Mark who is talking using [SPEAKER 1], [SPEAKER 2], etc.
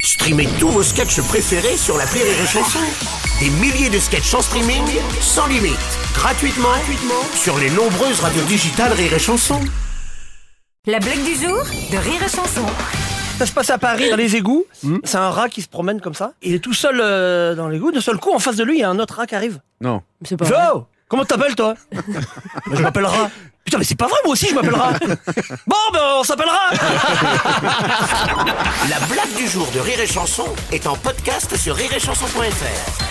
[SPEAKER 1] Streamez tous vos sketchs préférés sur la Rire et Chanson. Des milliers de sketchs en streaming, sans limite, gratuitement, gratuitement sur les nombreuses radios digitales Rire et Chanson.
[SPEAKER 2] La blague du jour de Rire et Chanson.
[SPEAKER 3] Ça se passe à Paris, dans les égouts. C'est un rat qui se promène comme ça. Il est tout seul euh, dans l'égout. De seul coup, en face de lui, il y a un autre rat qui arrive.
[SPEAKER 4] Non.
[SPEAKER 2] C'est
[SPEAKER 3] Il fait, Oh Comment t'appelles, toi Bah, Je m'appelle rat. Putain, mais c'est pas vrai, moi aussi, je m'appelle rat. Bon, ben, on s'appelle rat
[SPEAKER 1] La blague du jour de Rire et Chanson est en podcast sur rireetchanson.fr.